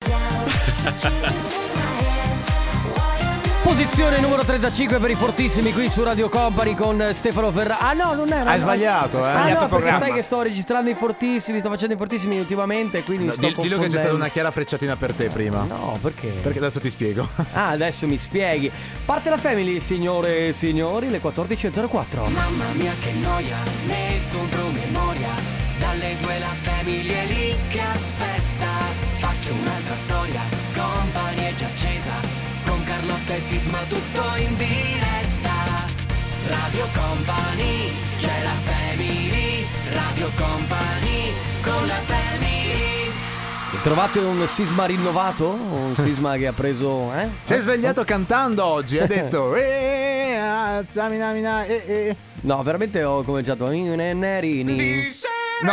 Posizione numero 35 per i fortissimi qui su Radio Company con Stefano Ferra. Ah no, non era. Hai sbagliato, eh. Ah, Sbagliato no, perché programma. sai che sto registrando i fortissimi, sto facendo i fortissimi ultimamente, quindi mi sto Dil- dillo che c'è stata confondendo. una chiara frecciatina per te prima. No, perché? Perché adesso ti spiego. Ah, adesso mi spieghi. Parte la family, signore e signori, le 14.04. Mamma mia che noia, metto un promemoria Dalle due la famiglia è lì che aspetta Faccio un'altra storia, company è già accesa Con Carlotta e Sisma tutto in diretta Radio Company, c'è la family Radio Company, con la family Trovate un sisma rinnovato? Un sisma che ha preso, eh? Si è svegliato cantando oggi, ha detto. "Eh, alzami, na, mi, na, eh, eh". No, veramente ho cominciato. Nerini. No,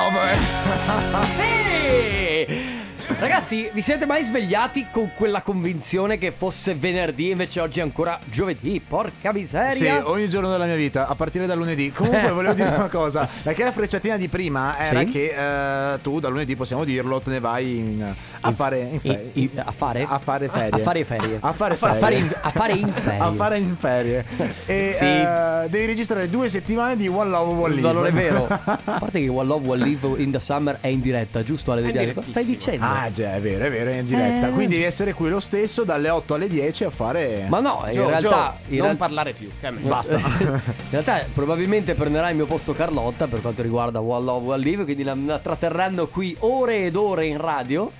vabbè. Ehi! Ragazzi, vi siete mai svegliati con quella convinzione che fosse venerdì invece oggi è ancora giovedì? Porca Sì, oh. miseria! ogni giorno della mia vita, a partire da lunedì. Comunque, volevo dire una cosa. La chiara frecciatina di prima era Sì? che eh, tu da lunedì possiamo dirlo, te ne vai in- a fare. in fe- in- in- a fare? A fare ferie. A fare ferie. A fare A fare- ferie. a fare in- a fare in ferie. A fare in ferie. E Sì. eh, devi registrare due settimane di One Love One Live. No, non è vero. A parte che One Love, One Live in the Summer è in diretta, giusto? Ale Vediani? Cosa stai dicendo? Ah, già, è vero, è vero, è in Eh. diretta. Quindi devi essere qui lo stesso dalle 8 alle 10 a fare. Ma no, in Gio, realtà... Gio, in non real- parlare più. che è eh, meglio. in realtà probabilmente prenderà il mio posto Carlotta per quanto riguarda One Love, One Live, quindi la, la tratterranno qui ore ed ore in radio.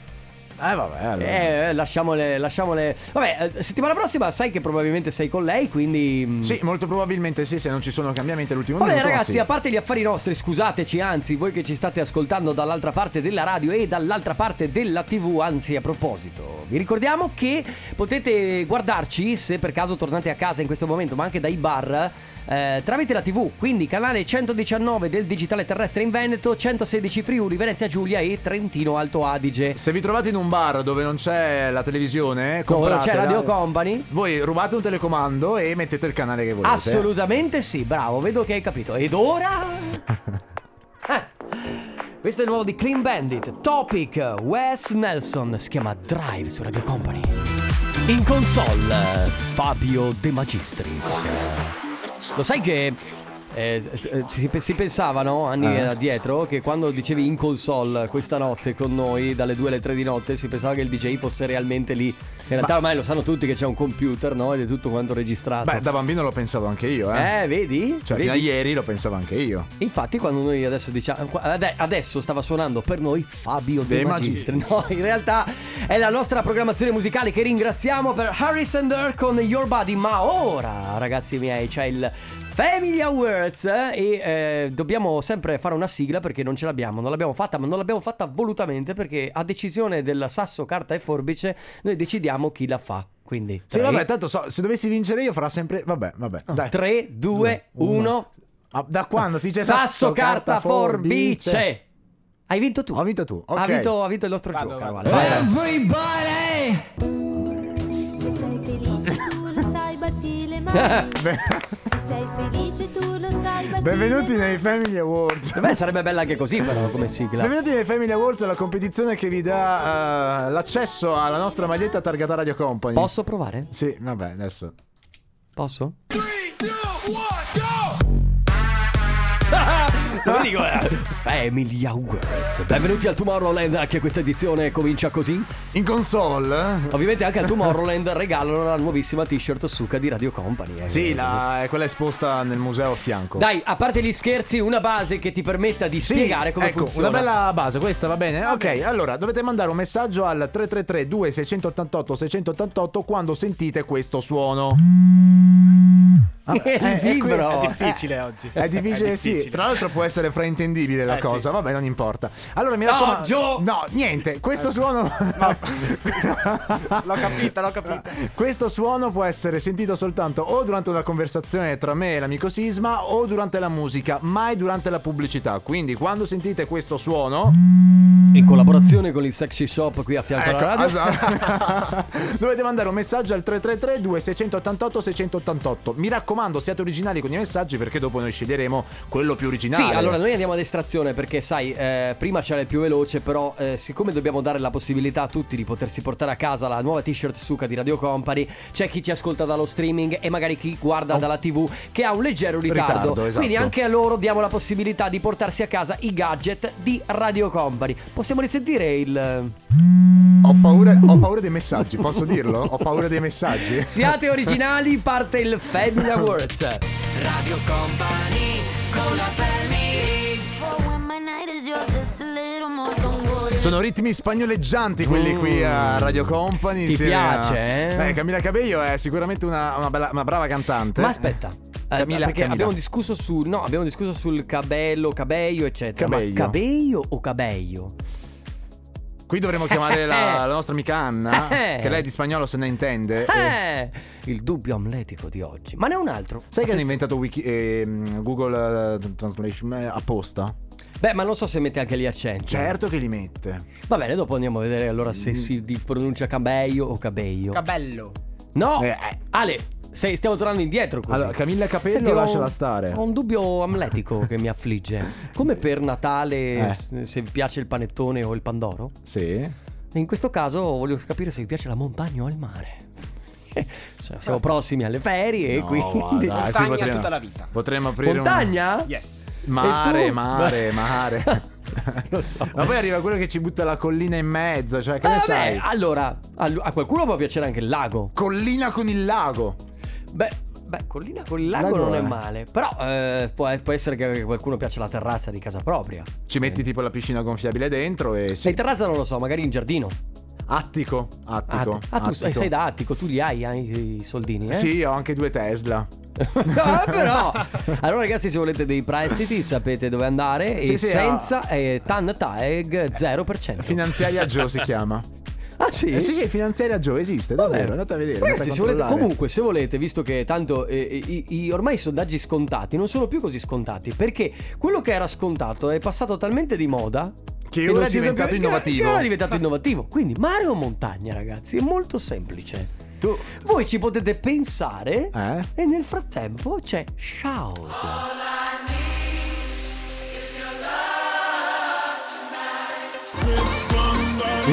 Eh, vabbè. allora. Eh, eh, lasciamole, lasciamole. Vabbè, eh, settimana prossima sai che probabilmente sei con lei, quindi. mm. Sì, molto probabilmente sì, se non ci sono cambiamenti all'ultimo Vabbè minuto. ragazzi, sì. a parte gli affari nostri, scusateci, anzi, voi che ci state ascoltando dall'altra parte della radio e dall'altra parte della TV, anzi a proposito, vi ricordiamo che potete guardarci se per caso tornate a casa in questo momento, ma anche dai bar eh, tramite la TV, quindi canale 119 del Digitale Terrestre in Veneto, 116 Friuli, Venezia Giulia e Trentino Alto Adige. Se vi trovate in un bar dove non c'è la televisione, Dove non compratela. c'è Radio Company? Voi rubate un telecomando e mettete il canale che volete. Assolutamente sì, bravo, vedo che hai capito. Ed ora... Eh, Questo è il nuovo di Clean Bandit, Topic, Wes Nelson, si chiama Drive su Radio Company. In console, Fabio De Magistris. Lo sai che eh, eh, si, si pensavano anni Eh. addietro che quando dicevi in console questa notte con noi dalle 2 alle 3 di notte si pensava che il DJ fosse realmente lì. In realtà ormai lo sanno tutti che c'è un computer, no? Ed è tutto quanto registrato. Beh, da bambino lo pensavo anche io, eh. Eh, vedi? Cioè, Vedi? fino a ieri lo pensavo anche io. Infatti, quando noi adesso diciamo. qua- ade- Adesso stava suonando per noi Fabio De, De Magistri. No, Magistris. in realtà è la nostra programmazione musicale che ringraziamo per Harrison Durr con Your Body. Ma ora, ragazzi miei, c'è il. Family Awards eh, e eh, dobbiamo sempre fare una sigla perché non ce l'abbiamo, non l'abbiamo fatta, ma non l'abbiamo fatta volutamente perché a decisione della Sasso Carta e Forbice noi decidiamo chi la fa. Quindi Sì, vabbè, tanto so, se dovessi vincere io farà sempre... Vabbè, vabbè. Dai. 3 2 1 Ah, Da quando si dice Sasso, carta, forbice. Hai vinto tu. Ho vinto tu, ok. Ha, vinto, ha vinto il nostro gioco. Vale. Se sei felice tu lo sai, batti le mani. Se sei felice tu lo sai, batti Benvenuti le nei Family Awards. Beh, sarebbe bella anche così, però, come sigla. Benvenuti nei Family Awards, la competizione che vi dà eh, l'accesso alla nostra maglietta targata Radio Company. Posso provare? Sì, vabbè, adesso. Posso? Ah, Lo dico, eh. Family Awards. Benvenuti al Tomorrowland, anche questa edizione comincia così. In console? eh? Ovviamente anche al Tomorrowland regalano la nuovissima t-shirt Suka di Radio Company. eh. Sì, la- è quella esposta nel museo a fianco. Dai, a parte gli scherzi, una base che ti permetta di Sì, spiegare come ecco, funziona. una bella base, questa va bene? Ok, allora dovete mandare un messaggio al 333 2688 688 quando sentite questo suono. Il eh, eh, qui vibro. è È difficile oggi. Eh. È difficile, sì. Tra l'altro può essere fraintendibile la Eh, cosa, sì. vabbè, non importa. Allora mi No, raccomando. Gio! No, niente, questo suono. Eh. L'ho capita, l'ho capita. questo suono può essere sentito soltanto o durante una conversazione tra me e l'amico Sisma o durante la musica, mai durante la pubblicità. Quindi quando sentite questo suono, in collaborazione con il Sexy Shop qui a fianco Ecco, Ecco, alla ah, radio. Dovete mandare un messaggio al 333 2688 688. Mi raccomando, siate originali con i messaggi perché dopo noi sceglieremo quello più Sì, originale. allora noi andiamo ad estrazione perché sai, eh, prima c'era il più veloce, però eh, siccome dobbiamo dare la possibilità a tutti di potersi portare a casa la nuova t-shirt Suka di Radio Company, c'è chi ci ascolta dallo streaming e magari chi guarda dalla TV che ha un leggero ritardo. Oh. Ritardo, esatto. Quindi anche a loro diamo la possibilità di portarsi a casa i gadget di Radio Company. Possiamo risentire il Ho Mm. paura, ho paura dei messaggi, posso dirlo? Ho paura dei messaggi. Siate originali, parte il Family Awards. Radio Company con la family Sono ritmi spagnoleggianti quelli qui a Radio Company. Ti insieme a- piace, eh? Eh, Camila Cabello è sicuramente una, una bella- una brava cantante. Ma aspetta. eh, Camilla, perché Camilla. abbiamo discusso su no, abbiamo discusso sul cabello, cabello, eccetera. Cabello. Ma cabello o cabello? Qui dovremmo chiamare la, la nostra amica Anna, Eh. che lei di spagnolo se ne intende. e- Eh, il dubbio amletico di oggi. Ma ne è un altro. Sai che hanno inventato Wiki- ehm, Google eh, Translation eh, apposta? Beh, ma non so se mette anche gli accenti. Certo che li mette. Va bene, dopo andiamo a vedere allora se si di- pronuncia cabello o cabello. Cabello. no! Eh, eh. Ale, sei- stiamo tornando indietro così. Allora, Camilla Capello, Senti, ho un- lasciala stare. Ho un dubbio amletico che mi affligge. Come per Natale, Eh. s- se vi piace il panettone o il pandoro? Sì. E In questo caso voglio capire se vi piace la montagna o il mare. Cioè, siamo prossimi alle ferie e Eh. No, quindi... guarda, qui Montagna tutta la vita. Potremmo aprire un- Montagna? Yes. E Mare, tu? mare, mare. Lo so. Ma poi arriva quello che ci butta la collina in mezzo, cioè che Eh, ne vabbè, sai? allora, a, a qualcuno può piacere anche il lago. Collina con il lago. Beh, beh, collina con il lago Lago non è è. male. Però eh, può, può essere che qualcuno piaccia la terrazza di casa propria. Ci Eh. metti tipo la piscina gonfiabile dentro e Se sì. in terrazza non lo so, magari in giardino. Attico, attico. ah, tu sei, attico. sei da attico, tu li hai, hai i soldini, eh? Sì, ho anche due Tesla. no, però. Allora, ragazzi, se volete dei prestiti, sapete dove andare. Sì, e sì, ah. senza eh, Tan Tag 0%. Finanziaria Joe si chiama. ah, sì. Eh, sì, sì, Finanziaria Joe esiste, davvero. Andate a vedere. Ragazzi, andate a se volete- controllare. comunque, se volete, visto che tanto eh, i, i- ormai i sondaggi scontati non sono più così scontati, perché quello che era scontato è passato talmente di moda. Che ora non è si usa diventato più- che- innovativo. Che ora è diventato innovativo. Quindi, mare o montagna, ragazzi, è molto semplice. Voi ci potete pensare. Eh? E nel frattempo c'è Shaws.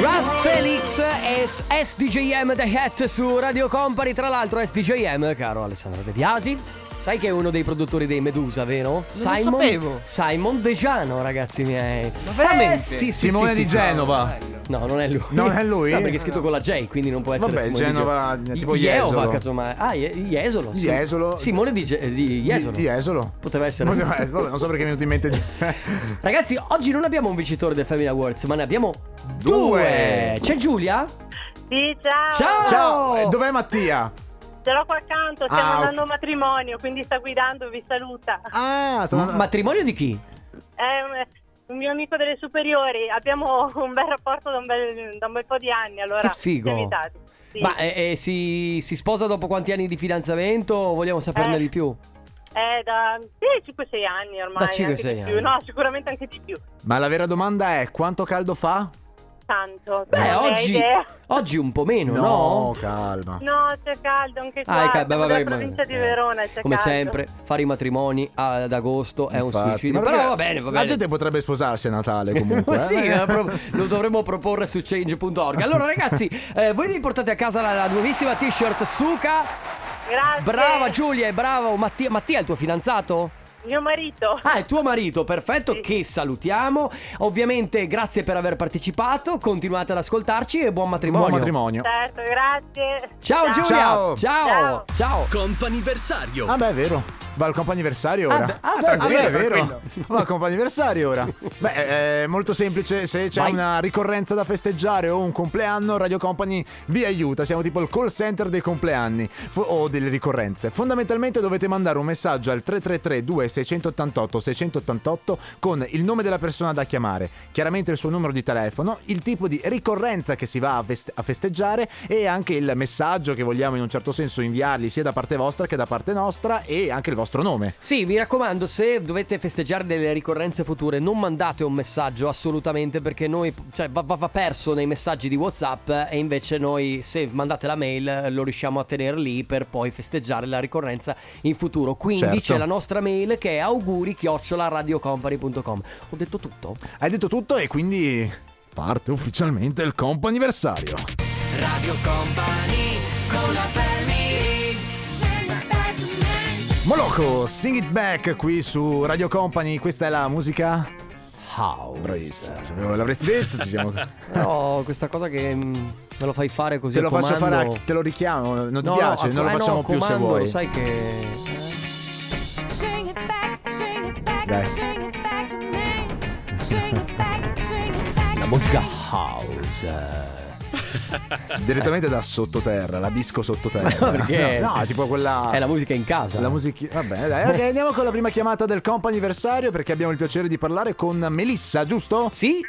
Rap Felix e s- SDJM The Hat su Radio Company. Tra l'altro, SDJM, caro Alessandro De Biasi. Sai che è uno dei produttori dei Medusa, vero? lo Simon, sapevo. Simon Degiano, ragazzi miei. Ma veramente? Eh, sì, sì, Simone sì, di sì. Genova. No, non è lui. Non è lui? No, perché è scritto con la J, quindi non può essere Vabbè, Simone Genova, di Genova. tipo Jeova, Jesolo. casomai. Ah, Ie- Jesolo. sì. Jesolo. Simone di, Ge- eh, di Jesolo. Di- di Esolo. Poteva essere. Poteva essere, vabbè, non so perché mi è venuto in mente. Ragazzi, oggi non abbiamo un vincitore del Family Awards, ma ne abbiamo due. Due. C'è Giulia? Sì, ciao. Ciao! Ciao, eh, dov'è Mattia? Ce l'ho qua accanto, Ah, stiamo ok. andando a un matrimonio, quindi sta guidando, vi saluta. Ah, sta andando- Matrimonio di chi? È un, un mio amico delle superiori, abbiamo un bel rapporto da un bel, da un bel po' di anni, allora Che figo. siamo invitati. Sì. Ma eh, eh, si, si sposa dopo quanti anni di fidanzamento? Vogliamo saperne Eh, di più? È da sì, 5-6 anni ormai. Da 5-6 anche di anni. più. No, sicuramente anche di più. Ma la vera domanda è quanto caldo fa? Tanto. Beh, Non hai oggi, idea. oggi un po' meno, no? calma. No, c'è caldo anche qua. Ah, ecco, beh, siamo vabbè, nella provincia ma- di Verona, c'è Come caldo. sempre, fare i matrimoni ad agosto è un Infatti, suicidio. ma Però perché va bene, va bene. La gente potrebbe sposarsi a Natale comunque. sì, eh. eh, pro- lo dovremmo proporre su change.org. Allora, ragazzi, eh, voi vi portate a casa la, la nuovissima t-shirt Suka. Grazie. Brava Giulia e bravo Mattia. Mattia è il tuo fidanzato? Mio marito. Ah, è tuo marito, perfetto, Sì. che salutiamo. Ovviamente grazie per aver partecipato, continuate ad ascoltarci e buon matrimonio. Buon matrimonio. Certo, grazie. Ciao Giulia! Ciao! Ciao. Ciao! Ciao. Comp'anniversario Ah beh, è vero. Va al comp'anniversario Ah, ora. beh, ah, Ah, tranquillo, beh, è vero. tranquillo. Va al comp'anniversario ora. Beh, è molto semplice. Se c'è Vai. una ricorrenza da festeggiare o un compleanno, Radio Company vi aiuta. Siamo tipo il call center dei compleanni fo- o delle ricorrenze. Fondamentalmente dovete mandare un messaggio al 333-2688-688 con il nome della persona da chiamare, chiaramente il suo numero di telefono, il tipo di ricorrenza che si va a, vest- a festeggiare e anche il messaggio che vogliamo in un certo senso inviargli sia da parte vostra che da parte nostra e anche il vostro vostro nome. Sì, mi raccomando, se dovete festeggiare delle ricorrenze future, non mandate un messaggio assolutamente perché noi, cioè, va, va- va perso nei messaggi di WhatsApp eh, e invece noi, se mandate la mail, eh, lo riusciamo a tenere lì per poi festeggiare la ricorrenza in futuro. Quindi Certo. c'è la nostra mail che è auguri-radiocompany.com. Ho detto tutto? Hai detto tutto e quindi parte ufficialmente il comp anniversario. Radio Company con la family Moloco, sing it back qui su Radio Company, questa è la musica. How? Bravissima, sapevo, l'avresti detto, ci siamo. Te Però questa cosa che mm, me lo fai fare così lo a comando... faccio fare, a- te lo richiamo, non ti No, no, piace, a- non lo eh no, facciamo a più se comando, vuoi. Lo sai che... Sing it back, sing it Dai. back, sing it back to me. Sing it back, sing it back. La to musica me. house. Direttamente da sottoterra, la disco sottoterra. No, perché- No, no, tipo quella. È la musica in casa. Ah. La musica. Vabbè, dai, ok, andiamo con la prima chiamata del comp anniversario perché abbiamo il piacere di parlare con Melissa, giusto? Sì?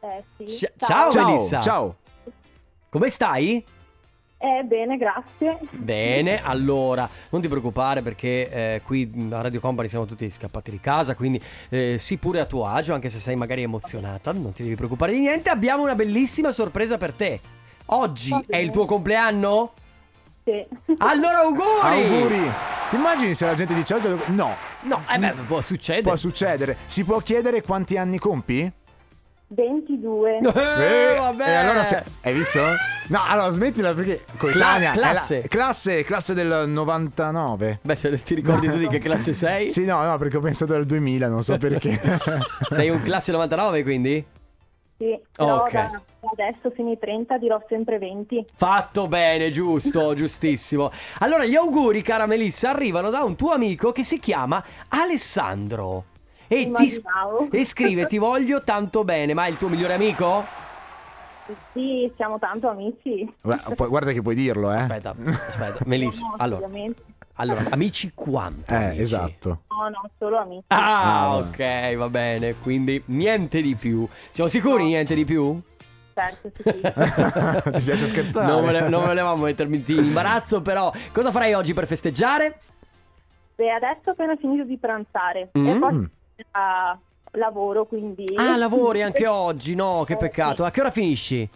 Eh, sì. Ci- ciao. ciao, Melissa. ciao. Come stai? Eh, bene, grazie. Bene, allora, non ti preoccupare perché eh, qui a Radio Company siamo tutti scappati di casa, quindi eh, sii pure a tuo agio, anche se sei magari emozionata, non ti devi preoccupare di niente. Abbiamo una bellissima sorpresa per te. Oggi Va è bene. il tuo compleanno? Sì. Allora auguri! Auguri. Ti immagini se la gente dice oggi? No, No, eh beh, può succedere. può succedere. Si può chiedere quanti anni compi? 22. Eh, Eh, vabbè. e allora se- hai visto? No, allora smettila perché coetanea, è la- classe. classe, classe del 99. Beh, se ti ricordi tu di che classe sei? Sì, no, no, perché ho pensato al 2000, non so perché. Sei un classe 99, quindi? Sì. Però Ah, Ok. da- da adesso fino ai 30 dirò sempre 20. Fatto bene, giusto, giustissimo. Allora, gli auguri, cara Melissa, arrivano da un tuo amico che si chiama Alessandro. E, ti, Immaginavo. e scrive: Ti voglio tanto bene, ma è il tuo migliore amico? Sì, siamo tanto amici. Guarda, poi- guarda che puoi dirlo, eh. Aspetta, aspetta, Melissa. No, Allora, ovviamente. allora, amici quanto? Eh, amici? esatto. No, no, solo amici. Ah, Ah, ok, va bene. Quindi niente di più. Siamo sicuri, niente di più? Certo, sì, sì. Ti piace scherzare? Non, vole- non volevamo mettermi in imbarazzo, però. Cosa farai oggi per festeggiare? Beh, adesso ho appena finito di pranzare. Mm. E poi ah, lavoro, quindi... Ah, lavori anche oggi? No, che Eh, peccato. sì. A che ora finisci?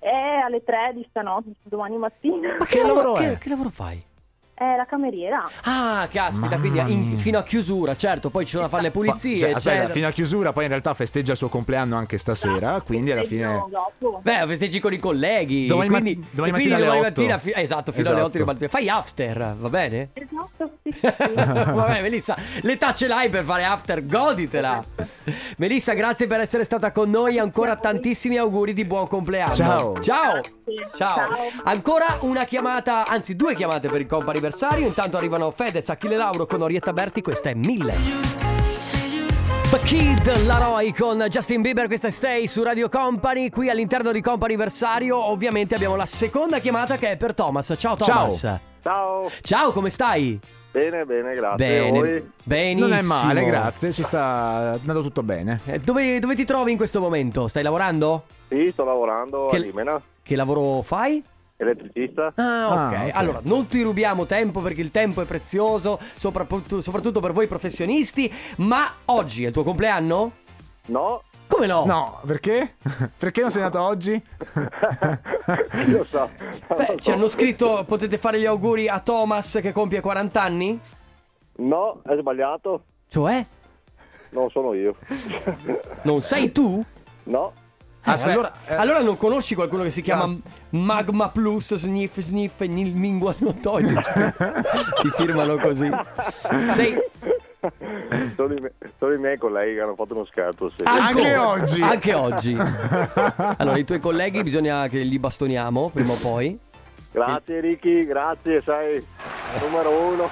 È Eh, alle 3 di stanotte, domani mattina. Ma che, lavoro, che, che lavoro fai? È la cameriera. Ah, caspita, Mamma quindi in- mia. fino a chiusura, certo, poi ci sono da fare le Fa- pulizie, cioè, aspetta, eccetera. fino a chiusura, poi in realtà festeggia il suo compleanno anche stasera, quindi alla fine... Fino dopo. Beh, festeggi con i colleghi. Domani quindi, matti- domani e quindi mattina alle domani otto. mattina fi- esatto, fino alle Esatto. 8 di mattina. Fai after, va bene? Esatto, sì, sì. Vabbè, Melissa, l'età ce l'hai per fare after, goditela. Melissa, grazie per essere stata con noi. Ancora tantissimi auguri di buon compleanno. Ciao. Ciao. Grazie. Ciao. Ciao. Ancora una chiamata, anzi due chiamate per il compa anniversario. Intanto arrivano Fedez, Achille Lauro con Orietta Berti. Questa è 1000. The Kid Laroi con Justin Bieber, questa è Stay su Radio Company, qui all'interno di Compa Anniversario ovviamente abbiamo la seconda chiamata che è per Thomas. Ciao Thomas. Ciao, Ciao, come stai? bene, bene, grazie. Bene, Voi? benissimo. Non è male, grazie, ci sta andando tutto bene. Eh, Dove, dove ti trovi in questo momento? Stai lavorando? Sì, sto lavorando Che- a Limena, Che lavoro fai? elettricista. Ah, ok. Ah, ok. Allora, non ti rubiamo tempo perché il tempo è prezioso, soprattutto, soprattutto per voi professionisti. Ma oggi è il tuo compleanno? No, Come no? No, perché? Perché non sei nato oggi? io so. Beh, ci hanno scritto, potete fare gli auguri a Thomas che compie 40 anni? No, è sbagliato. Cioè? Non sono io. Non sei tu? No, Eh, Aspetta, allora, eh. allora non conosci qualcuno che si chiama No. Magma Plus Sniff Sniff e Nil Mingua Nottogi? Ti firmano così. Sei sono i, me- sono i miei colleghi che hanno fatto uno scherzo. Sì. Ah. Anche Ancora? oggi. Anche oggi. Allora, i tuoi colleghi bisogna che li bastoniamo prima o poi. Grazie, Ricky, grazie, sei numero uno.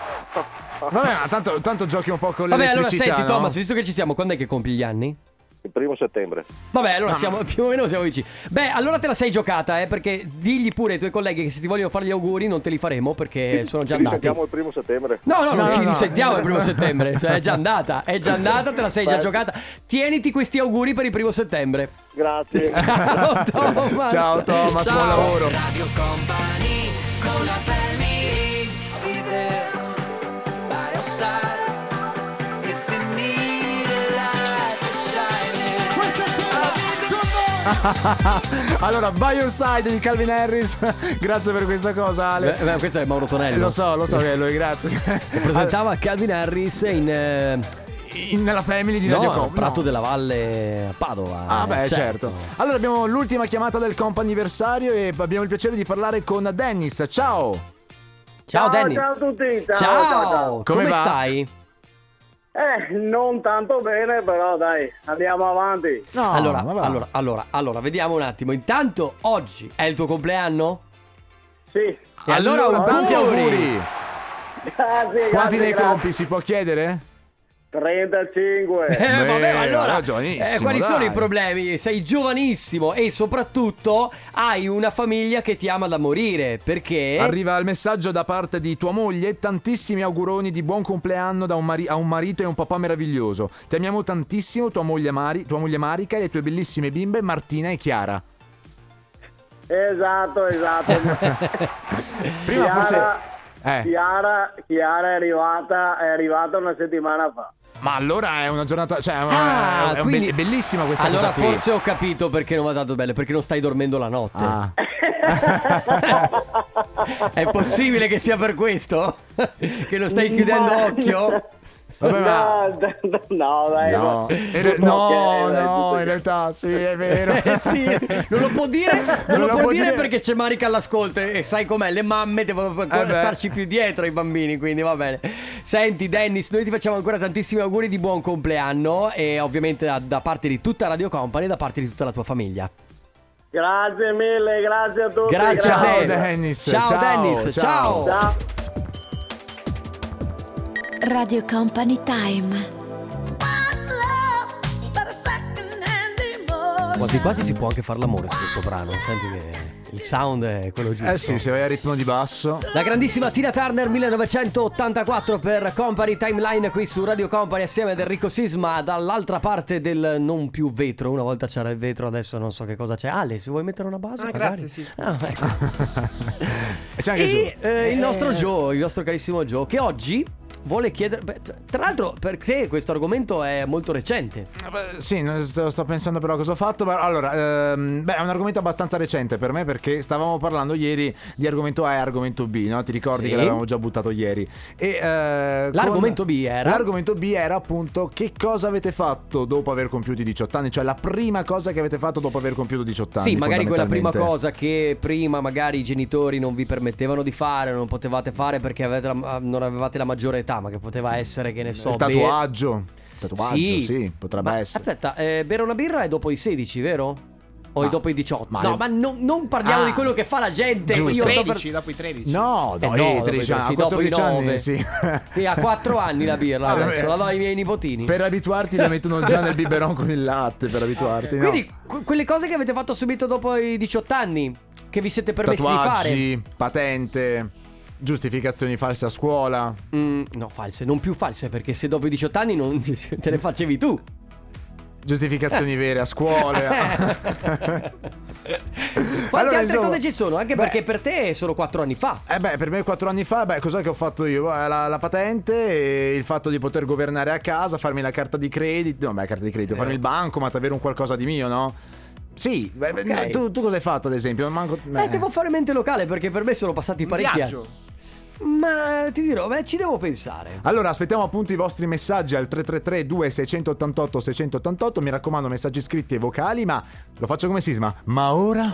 Vabbè, ma tanto, tanto giochi un po' con Vabbè, allora l'elettricità, senti, no? Thomas, visto che ci siamo, quando è che compi gli anni? Il primo settembre. Vabbè, allora siamo più o meno siamo vicini. Beh, allora te la sei giocata, eh, perché digli pure ai tuoi colleghi che se ti vogliono fare gli auguri non te li faremo perché sono già Ci andati. sentiamo il primo settembre. No, no, non No, ci no, no. risentiamo il primo settembre. Cioè, è già andata, è già andata, te la sei già Beh. giocata. Tieniti questi auguri per il primo settembre. Grazie. Ciao Thomas. Ciao Thomas, buon lavoro. Radio Company con la family allora, By Your Side di Calvin Harris. Grazie per questa cosa, Ale. Eh, Beh, beh, Eh, questo è Mauro Tonello. Lo so, lo so che è lui, grazie. Ah, Presentava Calvin Harris in. eh, In- nella family di no, Radio al Com. Prato no. della Valle a Padova. Ah eh, beh, certo. Allora abbiamo l'ultima chiamata del comp anniversario e abbiamo il piacere di parlare con Dennis. Ciao! Ciao, Danny. a tutti. Ciao, come, Come va? stai? Eh, non tanto bene, però dai, andiamo avanti. No, allora, ma va. allora, allora, allora, vediamo un attimo. Intanto, oggi è il tuo compleanno? Sì. E allora, tanti auguri! auguri! Grazie, Quanti grazie, ne grazie. compi si può chiedere? 35. Eh, vabbè, ma Beh, allora, era giovanissimo, eh, quali dai. sono i problemi? Sei giovanissimo e soprattutto hai una famiglia che ti ama da morire perché Arriva il messaggio da parte di tua moglie, tantissimi auguroni di buon compleanno da un mari- a un marito e un papà meraviglioso. Ti amiamo tantissimo, tua moglie, Mari- tua moglie Marica e le tue bellissime bimbe Martina e Chiara. Esatto, esatto. Prima Chiara- forse... Eh, Chiara, Chiara è arrivata, è arrivata una settimana fa. ma allora è una giornata... Cioè, è una- Ah, è un quindi- be- è bellissima questa allora cosa qui. forse ho capito perché non va dato bene, perché non stai dormendo la notte. Ah. È possibile che sia per questo? che non stai chiudendo Ma- occhio? Vabbè, ma- no, d- d- no, Eh, dai. No, ma- in re- tutto no, ok, dai, no, tutto in ok. realtà sì, è vero. Eh sì, non lo può dire, non lo lo può può dire dire. perché c'è Marica all'ascolto e e sai com'è, le mamme devono ancora Eh beh. starci più dietro i bambini, quindi va bene. Senti Dennis, noi ti facciamo ancora tantissimi auguri di buon compleanno e ovviamente da, da parte di tutta Radio Company e da parte di tutta la tua famiglia. Grazie mille, grazie a tutti. Grazie Ciao, a te. Dennis, Ciao, ciao, Dennis, ciao. ciao. Ciao. Radio Company Time. Quasi quasi si può anche fare l'amore su questo brano, senti che il sound è quello giusto. Eh sì, se vai a ritmo di basso. La grandissima Tina Turner 1984 per Company Timeline qui su Radio Company assieme ad Enrico Sisma dall'altra parte del non più vetro. Una volta c'era il vetro, adesso non so che cosa c'è. Ale, se vuoi mettere una base? Ah, magari? grazie, sì. Ah, ecco. E c'è anche e giù. eh, il nostro Joe, il nostro carissimo Joe, che oggi vuole chiedere... beh, tra- tra l'altro perché questo argomento è molto recente. Eh, Beh, Sì, non sto, sto pensando però cosa ho fatto. Ma allora, ehm, beh, è un argomento abbastanza recente per me perché stavamo parlando ieri di argomento A e argomento B, no? Ti ricordi Sì. che l'avevamo già buttato ieri? E, eh, L'argomento B era? L'argomento B era appunto che cosa avete fatto dopo aver compiuto i 18 anni, cioè la prima cosa che avete fatto dopo aver compiuto 18 anni. Sì, magari quella prima fondamentalmente. cosa che prima magari i genitori non vi permettevano di fare, non potevate fare perché avete la- ah, non avevate la maggiore età, ma che poteva essere che ne so. il be- tatuaggio. Tatuaggio, sì, potrebbe Ma essere. Aspetta, eh, bere una birra è dopo i 16, vero? O è Ma- dopo i 18? ma- no, ma non- non parliamo Ah. di quello che fa la gente. Giusto. Io sto per- 13, dopo i 13. No, Eh no, no, eh, dopo i 13 anni, sì, a dopo i 14 nove. anni, sì. Sì, ha 4 anni la birra Ah, adesso, vabbè. la do ai miei nipotini. Per abituarti la mettono già nel biberon con il latte, per abituarti. no. Quindi que- quelle cose che avete fatto subito dopo i 18 anni, che vi siete permessi di Tatuaggi, patente, giustificazioni false a scuola. fare. Mm, no, false, non più false, perché se dopo i 18 anni non te le facevi tu. Eh. Giustificazioni vere a scuola. Quante Allora, altre insomma, cose ci sono? Anche beh. perché per te sono 4 anni fa. Eh beh, per me quattro anni fa, beh, cos'è che ho fatto io? Eh, La, la patente e il fatto di poter governare a casa, farmi la carta di credito, no, beh, carta di credito, Eh. farmi il banco, ma avere un qualcosa di mio, no? Sì, beh, beh, Ok. tu, tu cosa hai fatto ad esempio? Manco- Eh, eh. devo fare mente locale perché per me sono passati parecchi anni. Viaggio. Ma ti dirò, beh, ci devo pensare. Allora, aspettiamo appunto i vostri messaggi al 333 2688 688. Mi raccomando, messaggi scritti e vocali, ma lo faccio come sisma. Ma ora?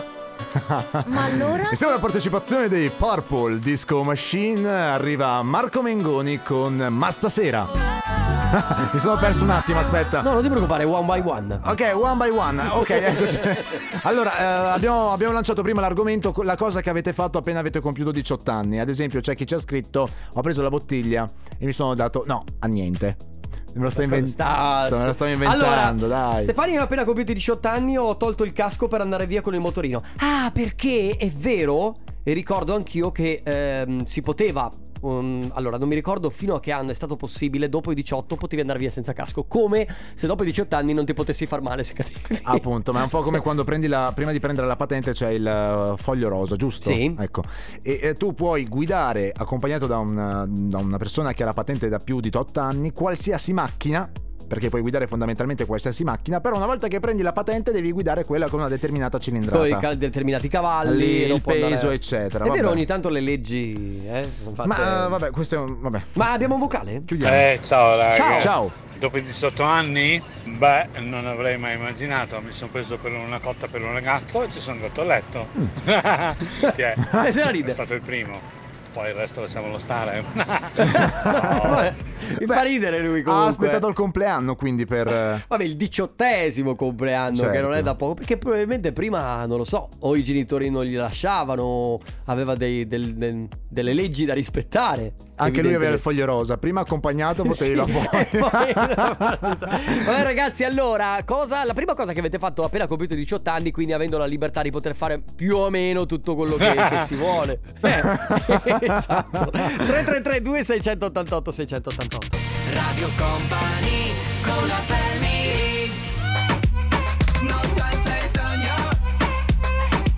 Ma allora? E siamo alla partecipazione dei Purple Disco Machine. Arriva Marco Mengoni con Ma stasera. Mi sono perso un attimo, aspetta. No, non ti preoccupare, one by one. Ok, one by one. Ok, eccoci. Allora, eh, abbiamo, abbiamo lanciato prima l'argomento, co- la cosa che avete fatto appena avete compiuto 18 anni. Ad esempio, c'è chi ci ha scritto: Ho preso la bottiglia e mi sono dato. No, a niente. Me lo sto, Sta- inventando. Me lo sto inventando, allora, dai. Stefania ha appena compiuto i 18 anni, ho tolto il casco per andare via con il motorino. Ah, perché è vero? E ricordo anch'io che ehm, si poteva. um, allora, non mi ricordo fino a che anno è stato possibile. Dopo i 18 potevi andare via senza casco. Come se dopo i 18 anni non ti potessi far male se cadevi. Appunto, ma è un po' come quando prendi la. Prima di prendere la patente c'è il eh, foglio rosa, giusto? Sì. Ecco. E eh, tu puoi guidare, accompagnato da, un, eh, da una persona che ha la patente da più di 8 anni, qualsiasi macchina perché puoi guidare fondamentalmente qualsiasi macchina, però una volta che prendi la patente devi guidare quella con una determinata Con i cilindrata. ca- determinati cavalli, Lì, non il può andare- peso, eccetera, È vero, vabbè. ogni tanto le leggi. eh, sono fatte- Ma eh, vabbè, questo è un... vabbè. Ma abbiamo un vocale? Chiudiamo. Eh, ciao raga. Ciao. Ciao. Dopo i 18 anni? Beh, non avrei mai immaginato. Mi sono preso per una cotta per un ragazzo e ci sono andato a letto. Chi è? Eh, Mm. se la ride. È stato il primo. Poi il resto lasciamolo stare. Vabbè, Mi fa Beh, ridere lui Ha comunque. aspettato il compleanno quindi per... eh, Vabbè, il diciottesimo compleanno, che Certo. non è da poco, perché probabilmente prima, non lo so, o i genitori non gli lasciavano, aveva dei- del- del- delle leggi da rispettare. Anche lui aveva il evidentemente. foglio rosa, prima accompagnato potevi la Sì, e poi la partita. poi... Vabbè ragazzi, allora, cosa, la prima cosa che avete fatto appena compiuto i 18 anni, quindi avendo la libertà di poter fare più o meno tutto quello che, che si vuole. Eh, esatto. 3332 688 688. Radio Company con la family No tante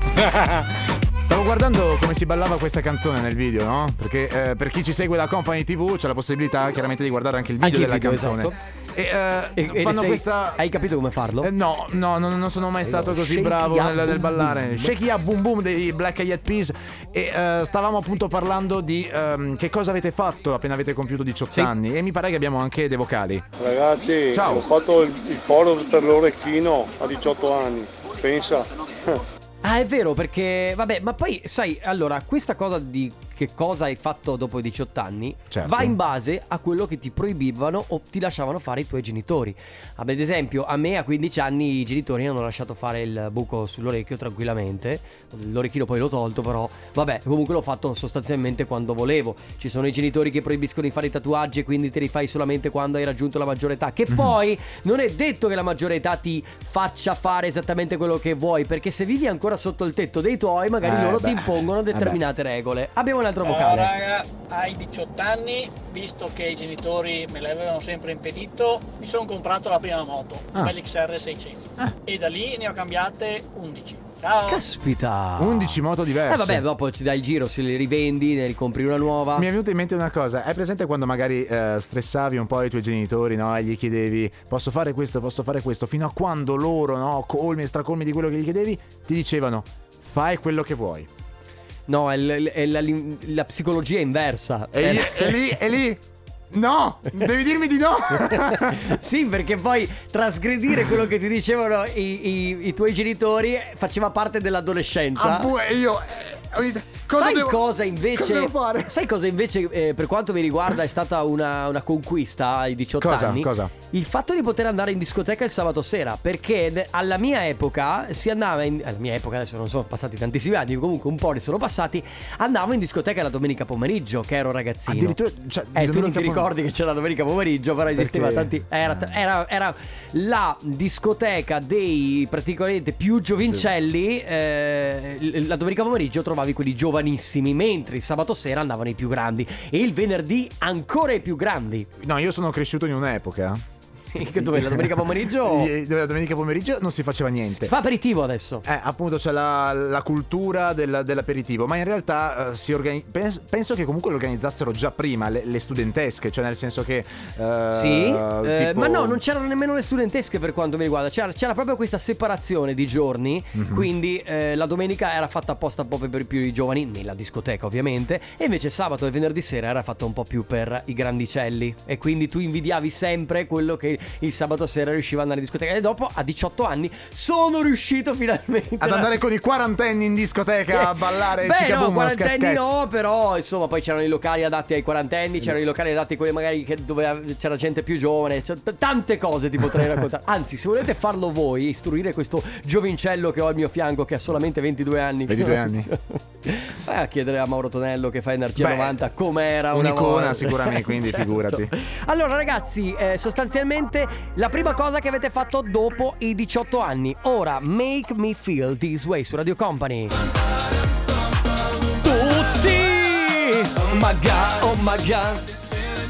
sogno Stavo guardando come si ballava questa canzone nel video, no? Perché eh, per chi ci segue da Company TV c'è la possibilità chiaramente di guardare anche il video Anche il video, della esatto. canzone. E, eh, E- e fanno sei- questa... Hai capito come farlo? Eh, no, no, no, non sono mai stato no, così Shake bravo Ya nel, nel Boom ballare. Boom. Shake Ya Boom Boom dei Black Eyed Peas e eh, stavamo appunto parlando di ehm, che cosa avete fatto appena avete compiuto 18 Sì. anni e mi pare che abbiamo anche dei vocali. Ragazzi, Ciao. ho fatto il, il foro per l'orecchino a 18 anni, pensa. Ah, è vero, perché vabbè, ma poi sai, allora, questa cosa di che cosa hai fatto dopo i 18 anni Certo. va in base a quello che ti proibivano o ti lasciavano fare i tuoi genitori. Ad esempio, a me a 15 anni i genitori hanno lasciato fare il buco sull'orecchio tranquillamente. L'orecchino poi l'ho tolto, però vabbè, comunque l'ho fatto sostanzialmente quando volevo. Ci sono i genitori che proibiscono di fare i tatuaggi e quindi te li fai solamente quando hai raggiunto la maggiore età, Mhm. che poi non è detto che la maggiore età ti faccia fare esattamente quello che vuoi, perché se vivi ancora sotto il tetto dei tuoi, magari Eh, loro beh. ti impongono Eh, beh. determinate regole. Abbiamo un altro vocale. raga, ai 18 anni, visto che i genitori me l'avevano sempre impedito, mi sono comprato la prima moto, Ah. l'XR 600. E da lì ne ho cambiate 11. Ciao! Caspita. 11 moto diverse. Eh vabbè, dopo ci dai il giro, se li rivendi, ne ricompri una nuova. Mi è venuta in mente una cosa, hai presente quando magari eh, stressavi un po' i tuoi genitori, no? E gli chiedevi posso fare questo, posso fare questo, fino a quando loro, no, colmi e stracolmi di quello che gli chiedevi, ti dicevano fai quello che vuoi. No, è, l- è la, la psicologia inversa. E, Eh, io- e lì, e lì, no, devi dirmi di no. Ah, sì, perché poi trasgredire quello che ti dicevano i, i- i tuoi genitori faceva parte dell'adolescenza. Ah, bu- e io, eh, ogni t- cosa sai devo- cosa invece? cosa devo fare? Sai cosa invece, eh, per quanto mi riguarda, è stata una, una conquista ai 18 Cosa? anni? Cosa? Il fatto di poter andare in discoteca il sabato sera. Perché d- alla mia epoca si andava in. Alla mia epoca, adesso non sono passati tantissimi anni, comunque un po' ne sono passati. Andavo in discoteca la domenica pomeriggio, che ero ragazzino. Addirittura, cioè, Eh, tu non domenica ti pom- ricordi che c'era la domenica pomeriggio, però esisteva Perché? tanti. Era, era- era la discoteca dei praticamente più giovincelli. eh, l- la domenica pomeriggio trovavi quelli giovanissimi, mentre il sabato sera andavano i più grandi. E il venerdì ancora i più grandi. No, io sono cresciuto in un'epoca. Che Dove la domenica pomeriggio. Eh, dove La domenica pomeriggio non si faceva niente. Si fa aperitivo adesso. Eh, appunto c'è la, la cultura della- dell'aperitivo, ma in realtà eh, si organi- penso, penso che comunque lo organizzassero già prima le, le studentesche, cioè nel senso che... eh, Sì, eh, tipo- ma no, non c'erano nemmeno le studentesche per quanto mi riguarda. C'era, c'era proprio questa separazione di giorni. Mhm. Quindi eh, la domenica era fatta apposta proprio per i più giovani, nella discoteca ovviamente. E invece sabato e venerdì sera era fatta un po' più per i grandicelli. E quindi tu invidiavi sempre quello che il sabato sera riusciva ad andare in discoteca. E dopo, a 18 anni, sono riuscito finalmente Ad andare con i quarantenni in discoteca a ballare Beh, Chica no, Boom, quarantenni scherzi. no, però insomma, poi c'erano i locali adatti ai quarantenni, c'erano i locali adatti a quelli magari che- dove c'era gente più giovane, cioè, t- tante cose ti potrei raccontare. Anzi, se volete farlo voi, istruire questo giovincello che ho al mio fianco che ha solamente 22 anni, 22 anni. vai a chiedere a Mauro Tonello che fa Energia Beh, 90 com'era una un'icona volta. Certo. sicuramente, quindi figurati. Allora ragazzi, eh, sostanzialmente la prima cosa che avete fatto dopo i 18 anni. Ora, Make Me Feel This Way su Radio Company. Tutti! Oh my god, oh my god.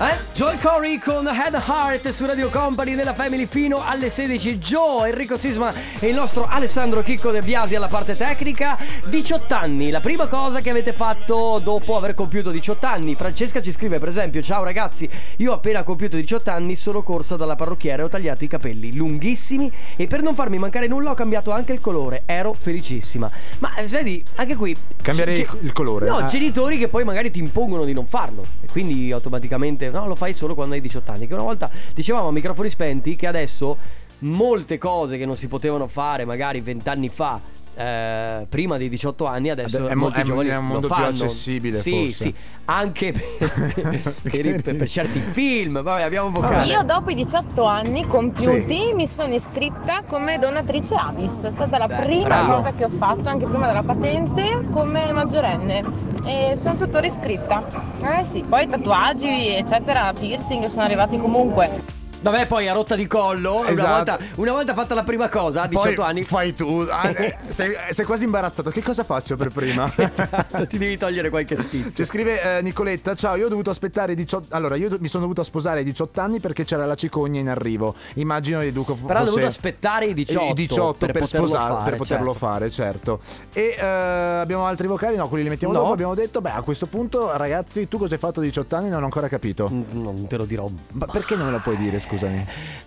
Eh? Joel Corey con Head and Heart su Radio Company nella Family fino alle 16. Joe, Enrico Sisma e il nostro Alessandro Chicco De Biasi alla parte tecnica. 18 anni, la prima cosa che avete fatto dopo aver compiuto 18 anni. Francesca ci scrive per esempio, ciao ragazzi, io ho appena compiuto 18 anni, sono corsa dalla parrucchiera e ho tagliato i capelli lunghissimi e per non farmi mancare nulla ho cambiato anche il colore, ero felicissima. Ma eh, vedi, anche qui... Cambiare Ge- il- il colore. No, Ah. genitori che poi magari ti impongono di non farlo e quindi automaticamente no, lo fai solo quando hai 18 anni. Che una volta dicevamo a microfoni spenti che adesso molte cose che non si potevano fare magari 20 anni fa. eh, prima dei 18 anni adesso Ade- è mo- molti è mo- giovani è un lo mondo più fanno. accessibile, sì forse. sì anche per, per i- per certi film vabbè abbiamo vocato Io dopo i 18 anni compiuti mi sono iscritta come donatrice Avis, è stata la Beh, prima bravo. cosa che ho fatto anche prima della patente come maggiorenne e sono tuttora iscritta. Eh sì, poi tatuaggi eccetera, piercing sono arrivati comunque. vabbè poi a rotta di collo una, Esatto. volta, una volta fatta la prima cosa a 18 Poi anni fai tu. Ah, eh, sei, sei quasi imbarazzato. Che cosa faccio per prima? Esatto, ti devi togliere qualche sfizio. Ci scrive eh, Nicoletta: Ciao, io ho dovuto aspettare 18. Allora, io do- mi sono dovuto sposare ai 18 anni perché c'era la cicogna in arrivo. Immagino di Duco Però ho dovuto aspettare i 18 I 18 per, per poterlo sposare, fare, per poterlo certo. fare, certo. E eh, abbiamo altri vocali? No, quelli li mettiamo No. dopo. Abbiamo detto: Beh, a questo punto, ragazzi, tu cosa hai fatto a 18 anni? Non ho ancora capito. Mm. Non te lo dirò. Ma perché non me lo puoi dire, scusami?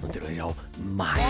Non te lo dirò mai.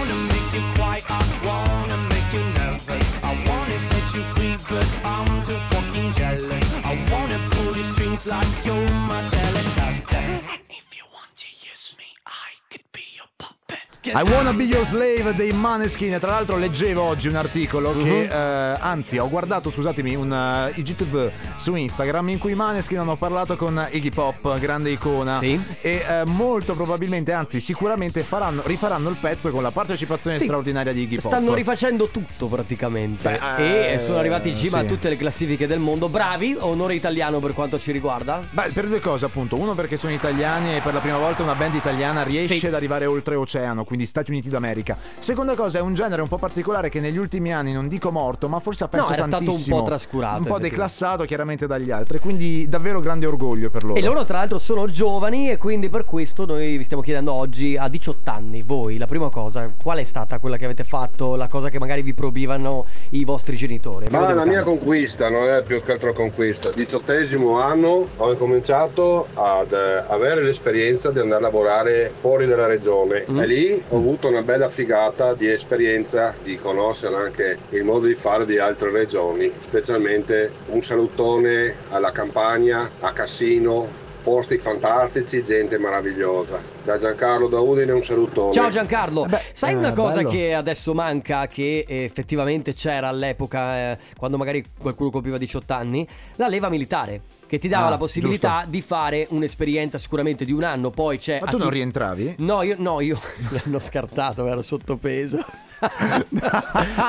I wanna be your slave dei Maneskin. Tra l'altro leggevo oggi un articolo che, Mm-hmm. eh, anzi, ho guardato, scusatemi, un eh, IGTV su Instagram in cui i Maneskin hanno parlato con Iggy Pop, grande icona. Sì. E eh, molto probabilmente, anzi, sicuramente faranno, rifaranno il pezzo con la partecipazione Sì. straordinaria di Iggy Pop. Stanno rifacendo tutto praticamente. Beh, e eh, sono arrivati in cima sì. a tutte le classifiche del mondo. Bravi, onore italiano per quanto ci riguarda. Beh, per due cose appunto, uno perché sono italiani e per la prima volta una band italiana riesce Sì. ad arrivare oltre oceano, quindi Stati Uniti d'America. Seconda cosa è un genere un po' particolare che negli ultimi anni, non dico morto, ma forse ha perso No, era stato un tantissimo. po' trascurato, Un po' effettivamente. declassato chiaramente dagli altri, quindi davvero grande orgoglio per loro. E loro tra l'altro sono giovani e quindi per questo noi vi stiamo chiedendo oggi a 18 anni voi la prima cosa qual è stata quella che avete fatto, la cosa che magari vi proibivano i vostri genitori. Ma Ah, la Abbiamo mia conquista non è più che altro conquista. Diciottesimo anno ho incominciato ad eh, avere l'esperienza di andare a lavorare fuori dalla regione Mm. e lì ho avuto una bella figata di esperienza, di conoscere anche il modo di fare di altre regioni, specialmente un salutone alla Campania, a Cassino, posti fantastici, gente meravigliosa. Da Giancarlo da Udine un salutone. Ciao Giancarlo, sai eh, una cosa bello. che adesso manca, che eh, effettivamente c'era all'epoca, eh, quando magari qualcuno compiva 18 anni, la leva militare, che ti dava Ah, la possibilità di fare un'esperienza sicuramente di un anno, poi c'è... Ma a tu non chi- rientravi? No, io, no, io l'hanno scartato, ero sottopeso.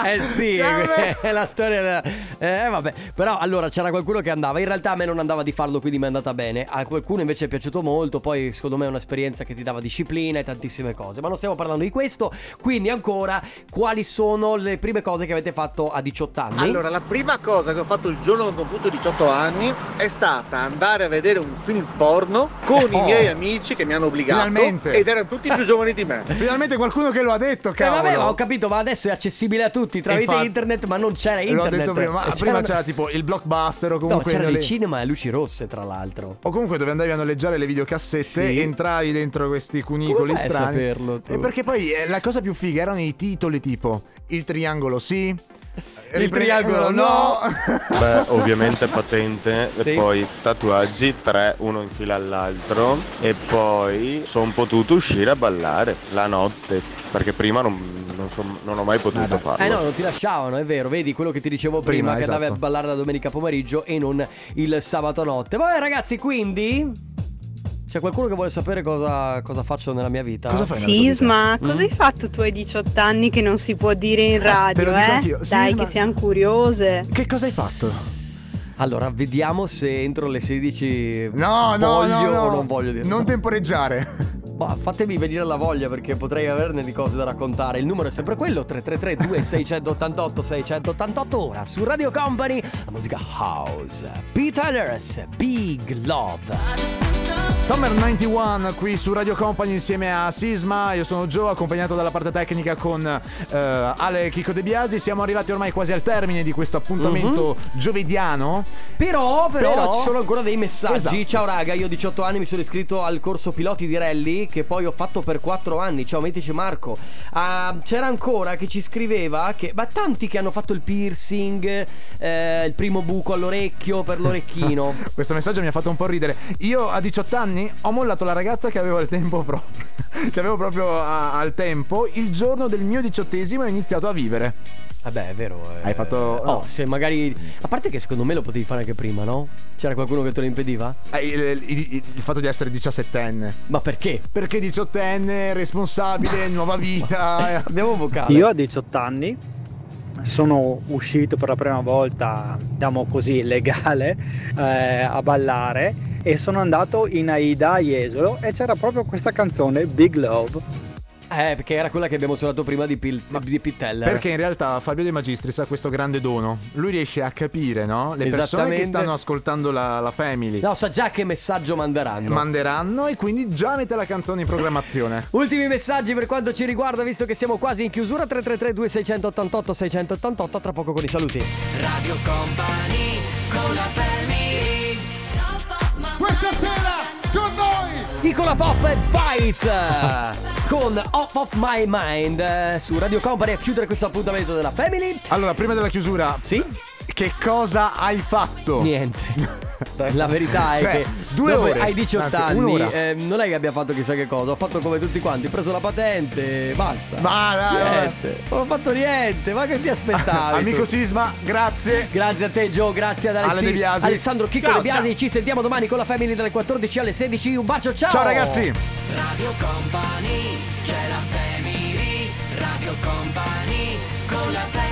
eh sì, Vabbè. è la storia. della- Eh vabbè, però allora c'era qualcuno che andava. In realtà a me non andava di farlo, quindi mi è andata bene. A qualcuno invece è piaciuto molto. Poi secondo me è un'esperienza che ti dava disciplina e tantissime cose. Ma non stiamo parlando di questo. Quindi ancora, quali sono le prime cose che avete fatto a 18 anni? Allora, la prima cosa che ho fatto il giorno che ho compiuto 18 anni è stata andare a vedere un film porno con i Oh. miei amici che mi hanno obbligato Finalmente. ed erano tutti più giovani di me. Finalmente qualcuno che lo ha detto, Eh, cavolo. vabbè, ma ho capito, ma adesso è accessibile a tutti tramite Infatti. internet, ma non c'era L'ho internet. detto prima, ma Eh, prima c'era tipo il blockbuster o comunque c'erano le- i cinema e luci rosse, tra l'altro. O comunque dove andavi a noleggiare le videocassette Sì. entravi dentro questi cunicoli Come fai a strani. saperlo, tu? E perché poi eh, la cosa più figa erano i titoli tipo Il triangolo sì, Il triangolo no. Beh, ovviamente patente Sì. e poi tatuaggi, tre, uno in fila all'altro e poi sono potuto uscire a ballare la notte perché prima non, non so- non ho mai potuto farlo. Eh no, non ti lasciavano, è vero, vedi quello che ti dicevo prima, Prima, che esatto. andavi a ballare la domenica pomeriggio e non il sabato notte. Vabbè ragazzi, quindi c'è qualcuno che vuole sapere cosa, cosa faccio nella mia vita? Cosa Sisma, Mm? cosa hai fatto tu ai 18 anni che non si può dire in radio, lo eh? dico anch'io. Dai, Sisma- che siamo curiose. Che cosa hai fatto? Allora, vediamo se entro le 16 No, no, voglio no, no. o non voglio dire. Non temporeggiare. Boh, fatemi venire la voglia perché potrei averne di cose da raccontare. Il numero è sempre quello: 333-2688-688. Ora su Radio Company, la musica house. Pete Tellers, Big Love. Summer 91 qui su Radio Company insieme a Sisma, io sono Joe accompagnato dalla parte tecnica con eh, Ale Chico De Biasi, siamo arrivati ormai quasi al termine di questo appuntamento Mhm. giovediano. Però, però, ci sono ancora dei messaggi. Esatto. Ciao raga, io ho 18 anni mi sono iscritto al corso piloti di rally che poi ho fatto per 4 anni. Ciao metici Marco. Ah, c'era ancora che ci scriveva che ma tanti che hanno fatto il piercing, eh, il primo buco all'orecchio per l'orecchino. Questo messaggio mi ha fatto un po' ridere. Io a 18 anni ho mollato la ragazza che avevo al tempo proprio. che avevo proprio a- al tempo il giorno del mio diciottesimo e ho iniziato a vivere. Vabbè, è vero. Hai fatto. Oh, se magari. A parte che secondo me lo potevi fare anche prima, no? C'era qualcuno che te lo impediva? Eh, Il, il- il- il fatto di essere 17enne. Ma perché? Perché 18enne, responsabile, nuova vita. eh. Abbiamo vocale. Io a 18 anni sono uscito per la prima volta, diciamo così, legale eh, a ballare e sono andato in Aida a Jesolo e c'era proprio questa canzone Big Love. Eh, perché era quella che abbiamo suonato prima di, Pil- di Pittella. Perché in realtà Fabio De Magistris ha questo grande dono. Lui riesce a capire, no? Le persone Esattamente. che stanno ascoltando la, la family. No, sa già che messaggio manderanno. Manderanno e quindi già mette la canzone in programmazione. Ultimi messaggi per quanto ci riguarda, visto che siamo quasi in chiusura. 333-2688-688. Tra poco con i saluti. Radio Company con la family. Questa sera con noi Nicola Pop e Bites con Off of My Mind eh, su Radio Company a chiudere questo appuntamento della Family. Allora, prima della chiusura. Sì? Che cosa hai fatto? Niente. La verità è Cioè, che due dopo ore, ai 18 anzi, anni un'ora. eh, non è che abbia fatto chissà che cosa, ho fatto come tutti quanti, ho preso la patente, basta. Ma dai, vabbè. niente. Non ho fatto niente, ma che ti aspettavi? Amico tu? Sisma, grazie. Grazie a te Gio, grazie ad Ale Alessi- De Biasi. Alessandro Chicco Ciao, De Biasi, ci sentiamo domani con la Family dalle 14 alle 16, un bacio, ciao! Ciao, ragazzi. Radio Company, c'è la family. Radio Company con la family.